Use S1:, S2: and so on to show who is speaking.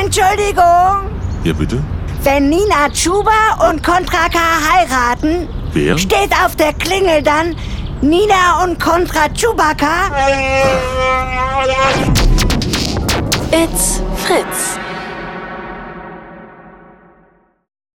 S1: Entschuldigung.
S2: Ja, bitte?
S1: Wenn Nina Chuba und Contra K heiraten,
S2: Wer?
S1: steht auf der Klingel dann Nina und Contra Chewbacca.
S3: It's Fritz.